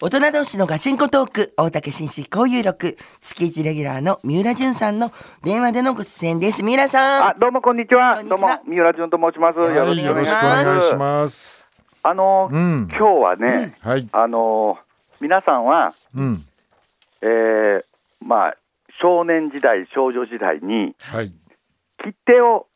大人同士のガチンコトーク、大竹紳士交友録、月一レギュラーの三浦淳さんの電話でのご出演です。三浦さあん。どうもこんにちはこんにどうちもは三浦淳と申しますよよろろししくくおお願願いいししまますすます。あの、うん今日はね、はい。あの皆さんはうん。えー、まあ少年時代少女時代にはい。切手を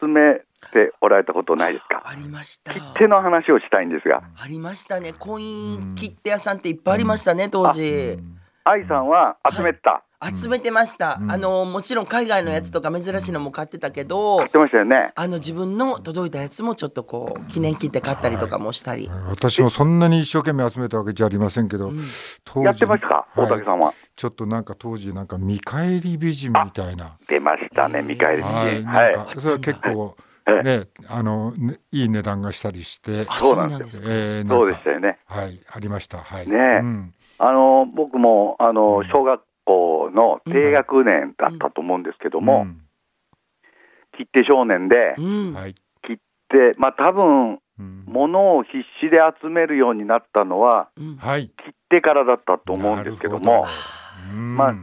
集めておられたことないですかありました。切手の話をしたいんですがありましたね。コイン切手屋さんっていっぱいありましたね、当時。愛さんは集めてた、集めてました。あの、もちろん海外のやつとか珍しいのも買ってたけど知っ、てましたよねあの自分の届いたやつもちょっとこう、記念切手買ったりとかもしたり。私もそんなに一生懸命集めたわけじゃありませんけど、当時やってましたか、はい大竹さんはちょっとなんか当時なんか見返り美人みたいな。出ましたね見返りにはい、なんかそれは結構はいね、あのねいい値段がしたりして、あそうなんですか。えーそうでしたよね。はい、ありました。はい。ねえうん。あの僕もあの小学校の低学年だったと思うんですけども、切手少年でううんん、。はい。切手まあ多分うん物を必死で集めるようになったのはうんはい。切手からだったと思うんですけどなるもほうんま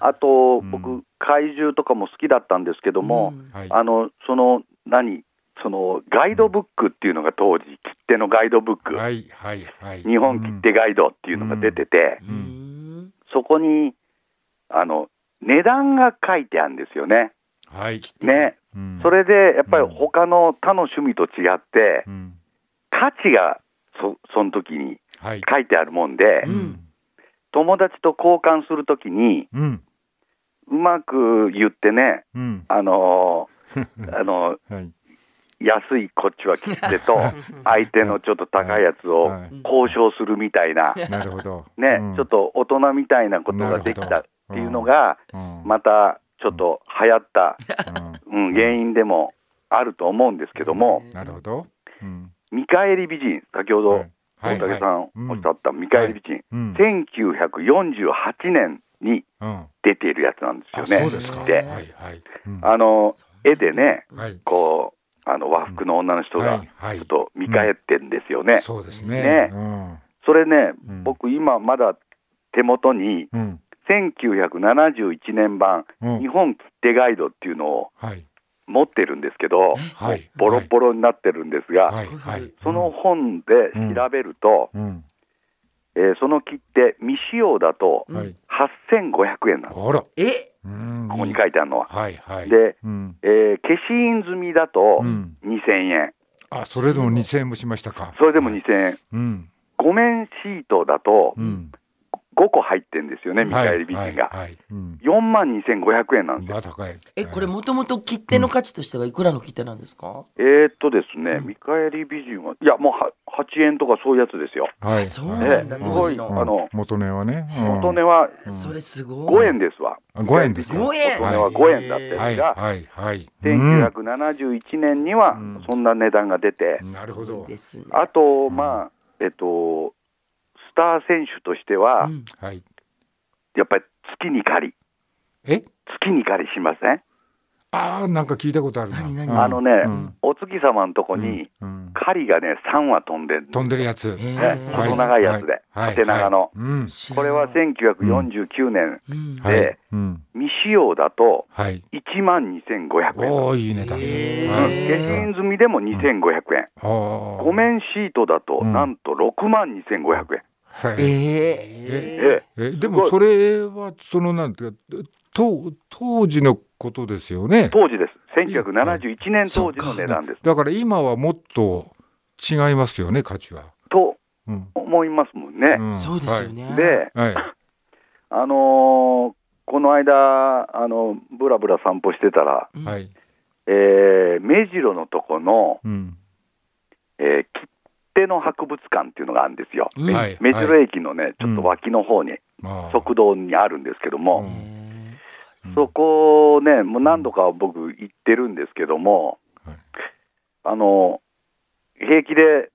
あとう僕ん怪獣とかも好きだったんですけども、うんはい。あのその何そのガイドブックっていうのが当時切手のガイドブック、はいはいはい。日本切手ガイドっていうのが出てて、う。うんんそこにあの値段が書いてあるんですよね。はい。ね、うんそ。れでやっぱり他の他の趣味と違って、うん。価値がそその時にはい。書いてあるもんで、うん。友達と交換するときに、うん。うまく言ってね、うん。あの ーあのはい。ー安いこっちは切手 と、相手のちょっと高いやつをはい交渉するみたいな、なるほど。 ね、うんちょっ。と大人みたいなことができたっていうのが、うんまたちょっと流行った、ううん、原因でもあると思うんですけども、んなるほど。うん。見返り美人、先ほどは大いはい竹さんうんおっしゃった見返り美人、うん。 1948年にうん。出ているやつなんですよあね。そうですか。はでいはい。うんあの絵でね、はい。こうあの和服の女の人がはいはいちょっと見返ってんですよね。そうですね。ねうんそれね、うん僕今まだ手元にうん。 1971年版うん日本切手ガイドっていうのをはい。持ってるんですけど、はい。ボロボロになってるんですが、はい。はい。その本で調べると、うん。えーその切手未使用だとうん。はい。 8500円なの、あら。え、うん。ここに書いてあるのは。はいはい。で、うん。えー消印済みだとうん2000円、あ、それでも二千円もしましたか。それでも2000円、うん。五面シートだとうん。 5個入ってんですよね、見返り美人が。はいはい。はいうん。 4万2500円なんですよ。まあ高い。え、これもともと切手の価値としてはいくらの切手なんですか。えー、っとですね、見返り美人は、いや、もうは8円とかそういうやつですよ。はあい。そうはいなんだ、ええ当時すのごい。あの元値はね。うん元値はそれすご5い。円ですわ。あ5円ですか。 5円元値は5円だったんはですいが、はいはい。 1971年にはうんそんな値段が出て、うんなるほど。ですね。あと、まあ、えっと、スター選手としては、うんはい。やっぱり月に借り、え？月に借りしません、ああなんか聞いたことあるな。何何うんあのね、うんお月様のとこに、うん狩りがね、3羽飛んでる飛んでるやつ。えねーは細長いやつではい縦長のはいうん。知らこないれは1949年、うんはいでうん未使用だとはい。 1万2500円、うんおおいい値段。えー消はい印済みでも2500円、あー五面シートだとうんなんと6万2500円、はいええええでもそれはそのなんていうか当当時のことですよね。当時です、1971年当時の値段です。だから今はもっと違いますよね価値は。とうん。思いますもんえね。んそうですよ。ね。で、はい。あのーこの間、あのぶらぶら散歩してたら、うんはい。えー目白のとこの、うん。えー切手の博物館っていうのがあるんですよ、うんめはい目白駅のね、ちょっと脇の方に、まあ。側道にあるんですけども、うんえうんそこね、もう何度か僕、行ってるんですけども、はいあの平気で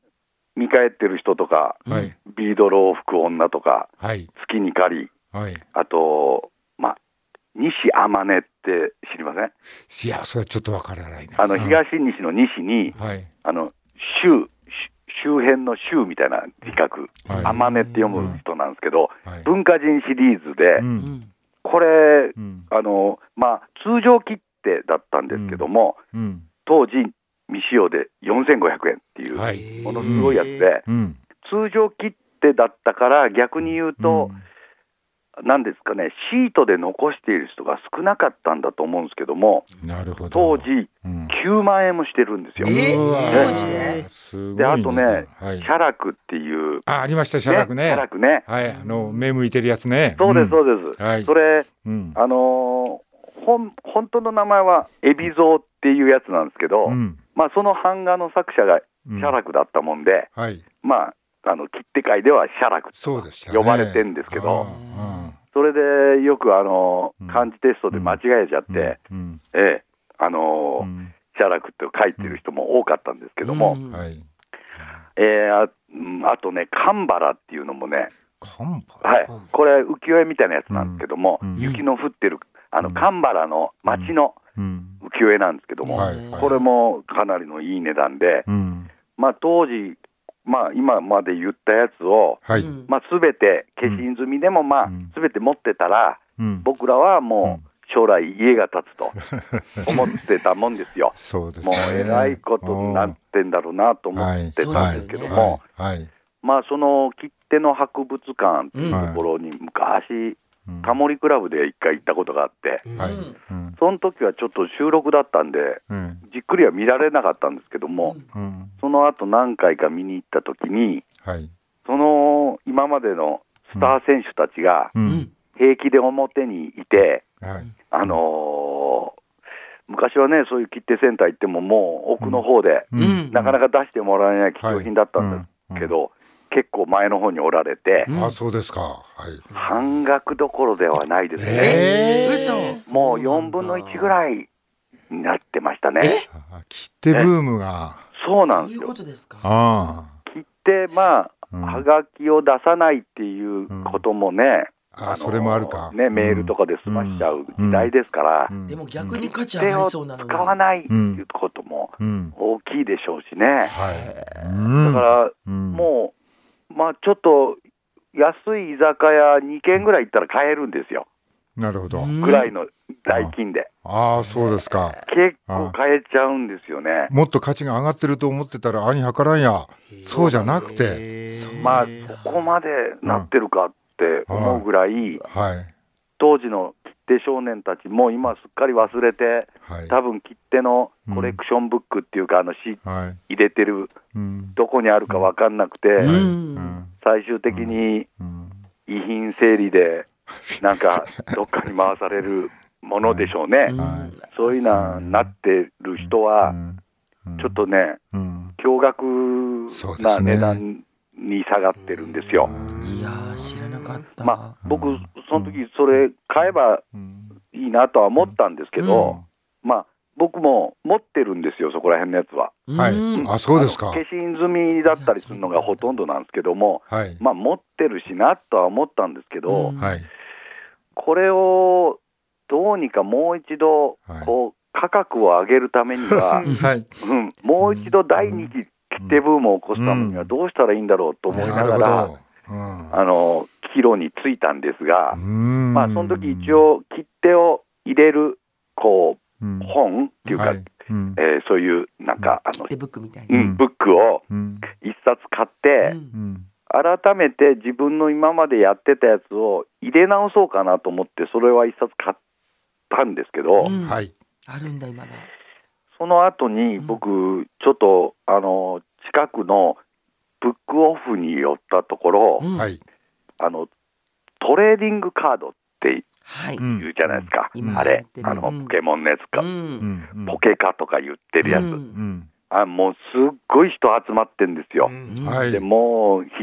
見返ってる人とか、はいビードロを吹く女とか、はい月に狩り、はい。あと、まあ、西天音って知りませんいや、それはちょっとわからないな。あの東西の西に、うん。はい。あの州、周周辺の州みたいな字覚、はい天音って読む人なんですけど、はい文化人シリーズで、うんうんこれ、うんあのまあ、通常切手だったんですけども、うん当時、未使用で4500円っていう、はいものすごいやつで、うん通常切手だったから、逆に言うと、なんですかね、シートで残している人が少なかったんだと思うんですけども、うんなるほど当時、うん9万円もしてるんですよ。えー写うわ当時ねすごいであとねはい、楽っていう、あありました写楽ね写楽ね。はいあの目向いてるやつねそうです、そでうです。はいそれ、す、うんあのー本本当の名前は、海老蔵っていうやつなんですけど、うんまあ、その版画の作者がうん写楽だったもんで、はいまあ、あの切手界では写楽そうでしたね呼ばれてんですけど、あそれでよく、あのうんー漢字テストで間違えちゃって、ーうんええ、あうのーん写楽って書いてる人も多かったんですけども、うんはいええあうんあとね、カンバラっていうのもね、カンパはい、これ、浮世絵みたいなやつなんですけども、うんうん雪の降ってる、あうのんカンバラの町のうん浮世絵なんですけども、はいはいこれもかなりのいい値段で、うんまあ、当時、まあ、今まで言ったやつを、はいうんまあ、全て消印済みでも、まあうん、全て持ってたら、うん僕らはもう将来家が建つと思ってたもんですよ。 そうですもうえらいことになってんだろうなと思ってたんですけども、はいはいまあその切手の博物館っていうところに昔、うんタモリクラブで一回行ったことがあって、はいうんうんその時はちょっと収録だったんで、うんじっくりは見られなかったんですけども、うんその後何回か見に行った時に、はいその今までのスター選手たちがううんん平気で表にいて、はいあのー昔はね、そういう切手センター行っても、もう奥の方で、うんなかなか出してもらえない貴重品だったんですけど、結構前の方におられて、うんあそうですかはい半額どころではないですね、ええー嘘もう4分の1ぐらいになってましたね、あ切手ブームがそうなんですそういうこよ。とですかあ切手、まあ、うんはがきを出さないっていうこともね、のあーそれもあるかね、メールとかで済ましちゃう時代ですから、あでもに逆に価値手上がをりそう使なのにわないっていうこともうん大きいでしょうしね。はいだからうんもう、まあちょっと安い居酒屋2軒ぐらい行ったら買えるんですよ、なるほどうんぐらいの代金で。ああそうですか結構買えちゃうんですよね。もっと価値が上がってると思ってたら兄はからんやそうじゃなくてまあ、ここまでなってるかって思うぐらい、はい当時の切手少年たちも今すっかり忘れて、はい多分切手のコレクションブックっていうか、あの、しはい入れてる、うんどこにあるか分かんなくて、ううんん最終的にうん遺品整理で、なんかどっかに回されるものでしょうね。うんはいそういうななってる人は、ちょっとね、うん驚そう愕でなすね値段に下がってるんですよ。いやー知らなかったまあ、僕うん、その時それ買えばうんいいなとは思ったんですけど、まあ、僕も持ってるんですよ、そこら辺のやつは。うんはいあそうですあかの消印済みだったりするのがほとんどなんですけども、はいまあ、持ってるしなとは思ったんですけど、うんはいこれをどうにかもう一度はい、こう、価格を上げるために は、はいうん、もう一度第2期切手ブームを起こすためにはどうしたらいいんだろうと思いながら、あの帰路に着いたんですが、ままあ、その時一応、切手を入れるこう本っていうか、はいうんえーそういうなんか、あの手ブックみたいうんなブックをうん一冊買って、うんうん改めて自分の今までやってたやつを入れ直そうかなと思って、それは一冊買ったんですけど。うんはいあるんだ今だその後に僕、ちょっとあの近くのブックオフに寄ったところ、うんはいあのトレーディングカードってはい言うじゃないですか、うんあやっれて、るあのうんポケモンのやつか、うんポケカとか言ってるやつ、うんうんあもうすっごい人集まってんですよ。うんはでいもう必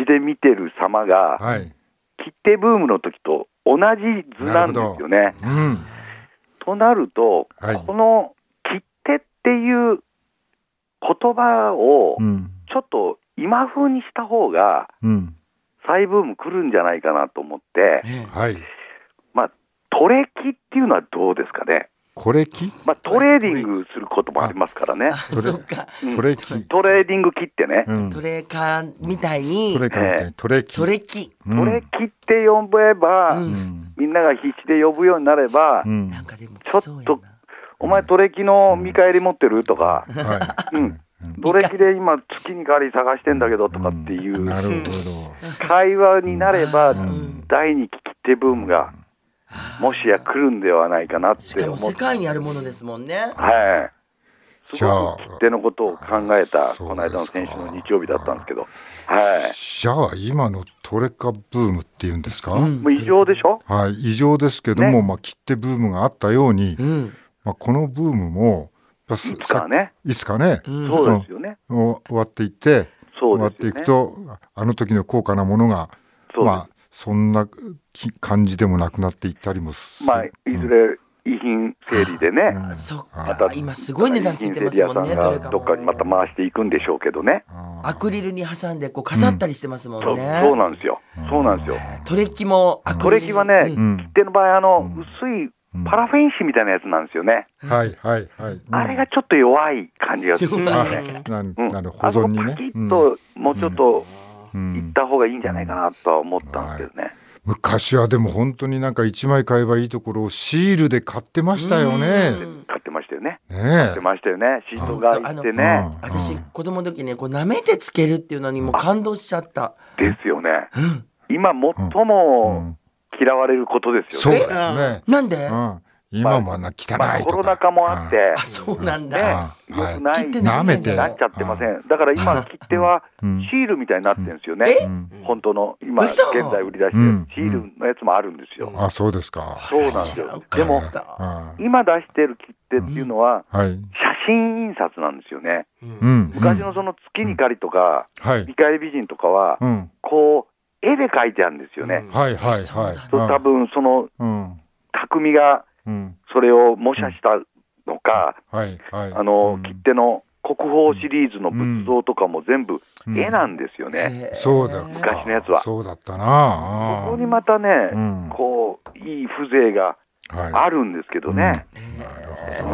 死で見てる様が、はい切手ブームの時と同じ図なんですよね。うんとなると、はいこの切手っていう言葉を、うんちょっと今風にした方が、うん再ブーム来るんじゃないかなと思って、ええはいまあ、トレキっていうのはどうですかね。これきまあ、トレーディングすることもありますからねあ、、れそっか。うんトレキ、トレーディング機ってね、うん、トトレレカみたいに、カみたいなトレキ、トレキ。うん、トレ機って呼べば、ううんん、みんなが必死で呼ぶようになれば、うん、なはんかでも、ちょっとそうやな。お前、トレ機の見返り持ってるとか、い、うん、トレ機で今、月に代わり探してんだけどとかっていんうなるほど、会話になれば、ん第二期切手ブームが、もしや来るんではないかなっしてか思っもて世、界にあるものですもんね。はい、すじゃごあく切手のことを考えた、そうこの間の先週の日曜日だったんですけど、はじゃあ今のトレカブームっていうんですか、い、もう異常でしょ、はい、異常ですけども、まあ切手ブームがあったように、うん。まあこのブームもやっぱさいつかはね、いつかね、うん。そうですよね、もう終わっていって、そう終わっですてよいくね、とあの時の高価なものがそうですまあそんなき感じでもなくなっていったりもすまあ、いずれ遺品整理でね、うんそっまかた。今すごい値段ついてますもんね、遺品整ト理屋さレカんがも。どっかにまた回していくんでしょうけどね、あーアクリルに挟んでこう飾ったりしてますもそんうね。そうなんですよ、そうなんですよ、トレキもアクリルトレキはね、う切ん手の場合、あのん薄いパラフェン紙みたいなやつなんですよね、はいはいはい、うんあれがちょっと弱い感じがするんですあよね。なうん、なる保あそ存こにパねキ、うッんともうちょっとういっん、た方がいいんじゃないかなとは思ったんですけどね、昔はでも本当になんか一枚買えばいいところをシールで買ってましたようね。ん買ってましたよね、ね買ってましたよね、シートがいってね、うん私子供の時ねこう舐めてつけるっていうのにもう感動しちゃった。ですよね、うん今、最え、うもん、嫌われることですそうよねです、ね。なんで？うあん、今もあんな汚いとか、まあ、コロナ禍もあって、そうなんね、だ。うんはいよくな切い手うん、舐めねてなっちゃってません。ん、だから今、切手はうんシールみたいになってるんですよえね、うん本当の、今、現嘘在売り出してうんるシールのやつもあるんですよ、あ、そうですか。そうなんです知らんよか、ったでもはいは今出してる切手っていうのは、いはい。写真印刷なんですよね、うん。昔のその月にかりとか、はい。見返り美人とかは、うん。こう、絵で描いてあるんですよね。はいはいそうはなんいだ。そう多分そのうん。匠がうん。それを模写したのか、はいはい。あの、うん切手の国宝シリーズの仏像とかも全部うん絵なんですよね。へーそうだ。昔のやつはそうだったな。ここにまたね、うんこう、いい風情があーはあるんですけどね。う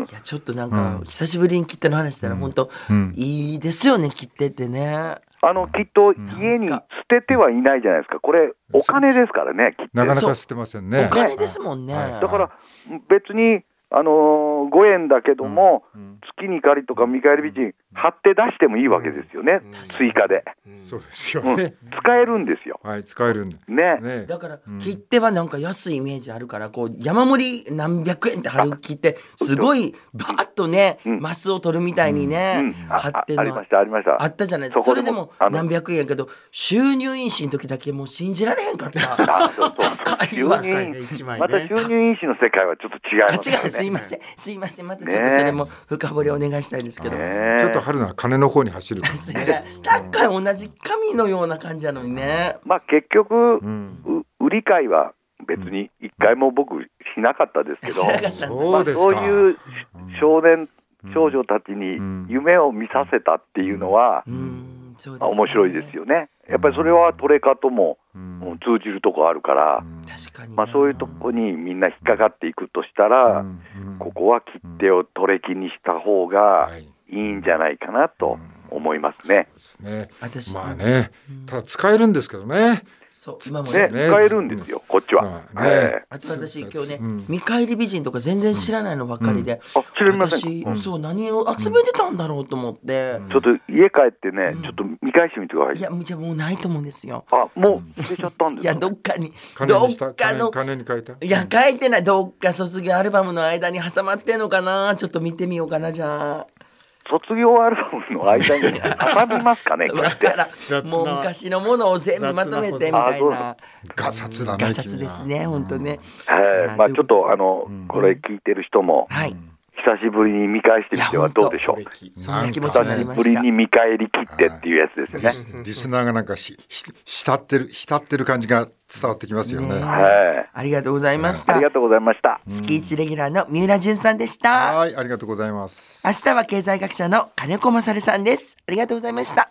ん。いやちょっとなんか久しぶりに切手の話したら本当い。うん。いいですよね切手ってね。あの、きっと家に捨ててはいないじゃないですか。これ、お金ですからね、切手。なかなそうか捨てませんね。お金ですもんね。はいだから、別に、あのー、5円だけども、うん月に借りとか見返り美人、貼って出してもいいわけですよね、追加で、そうですようんね。使えるんですよ。はい、使えるんで。ね。ね。だから切手はなんか安いイメージあるからこう山盛り何百円って貼る切手すごいバーッとねうんマスを取るみたいにうねん、あ貼あってあるりのました、ありました。あったじゃないですかそこれでもあの何百円やけど収入印紙の時だけもう信じられへん かった。あそうそう 高い収わ入高いね印一枚ねまた収入印紙の世界はちょっと違いあますよ違うすいませんすいませんまたちょっとそれも深掘りお願いしたいんですけど。ねちょっと春菜は金の方に走るから。すいません高い同じ紙のような感じなのにね。まあ結局、うん。う売り買いは別に一回も僕しなかったですけど、しなかったんだ。そうですそうか。いう少年、少女たちんに夢を見させたっていうのは、うんそうですね面白いですよね。やっぱりそれはトレカともうんもう通じるとこあるから、確かにね。まあ、そういうとこにみんな引っかかっていくとしたら、うんここは切手をトレキにした方がはいいいんじゃないかなと思いますね。ね。私まあね。ただ使えるんですけどね。そう今もね、ね使えるんですよ、こっちは。まあえねえあと私今日ね、うん見返り美人とか全然知らないのばっかりで、あ知りません私、うんそう何を集めてたんだろうと思って、ちょっと家帰ってね、ちょっと見返してみてくだいさい。やいやもうないと思うんですよ。あ、もう捨てちゃったんでいすやかどっかに金どにしったか金の金に変えた。いや書いてないどっか卒業アルバムの間に挟まってんのかなちょっと見てみようかなじゃあ。卒業アルバムの 間に挟みますかね、こうだやかっ て。ら雑なもう昔のものを全部まとめてみたいなガサツだね。ガサツですね本当ね。はいやい、まあというちょっとあの、これ聞いてる人も、はい久しぶりに見返してみてはどうでしょう。君そは。んななん気か持ちになり久ましぶしりた。に見返り切ってっていうやつですよね。ねリスナーがなんかしし慕ってる浸ってる感じが伝わってきますよね。ねはい。ありがとうございましあたり。がとうございました。月一レギュラーの三浦淳さんでした。はい、ありがとうございます。明日は経済学者の金子勝さんです。ありがとうございました。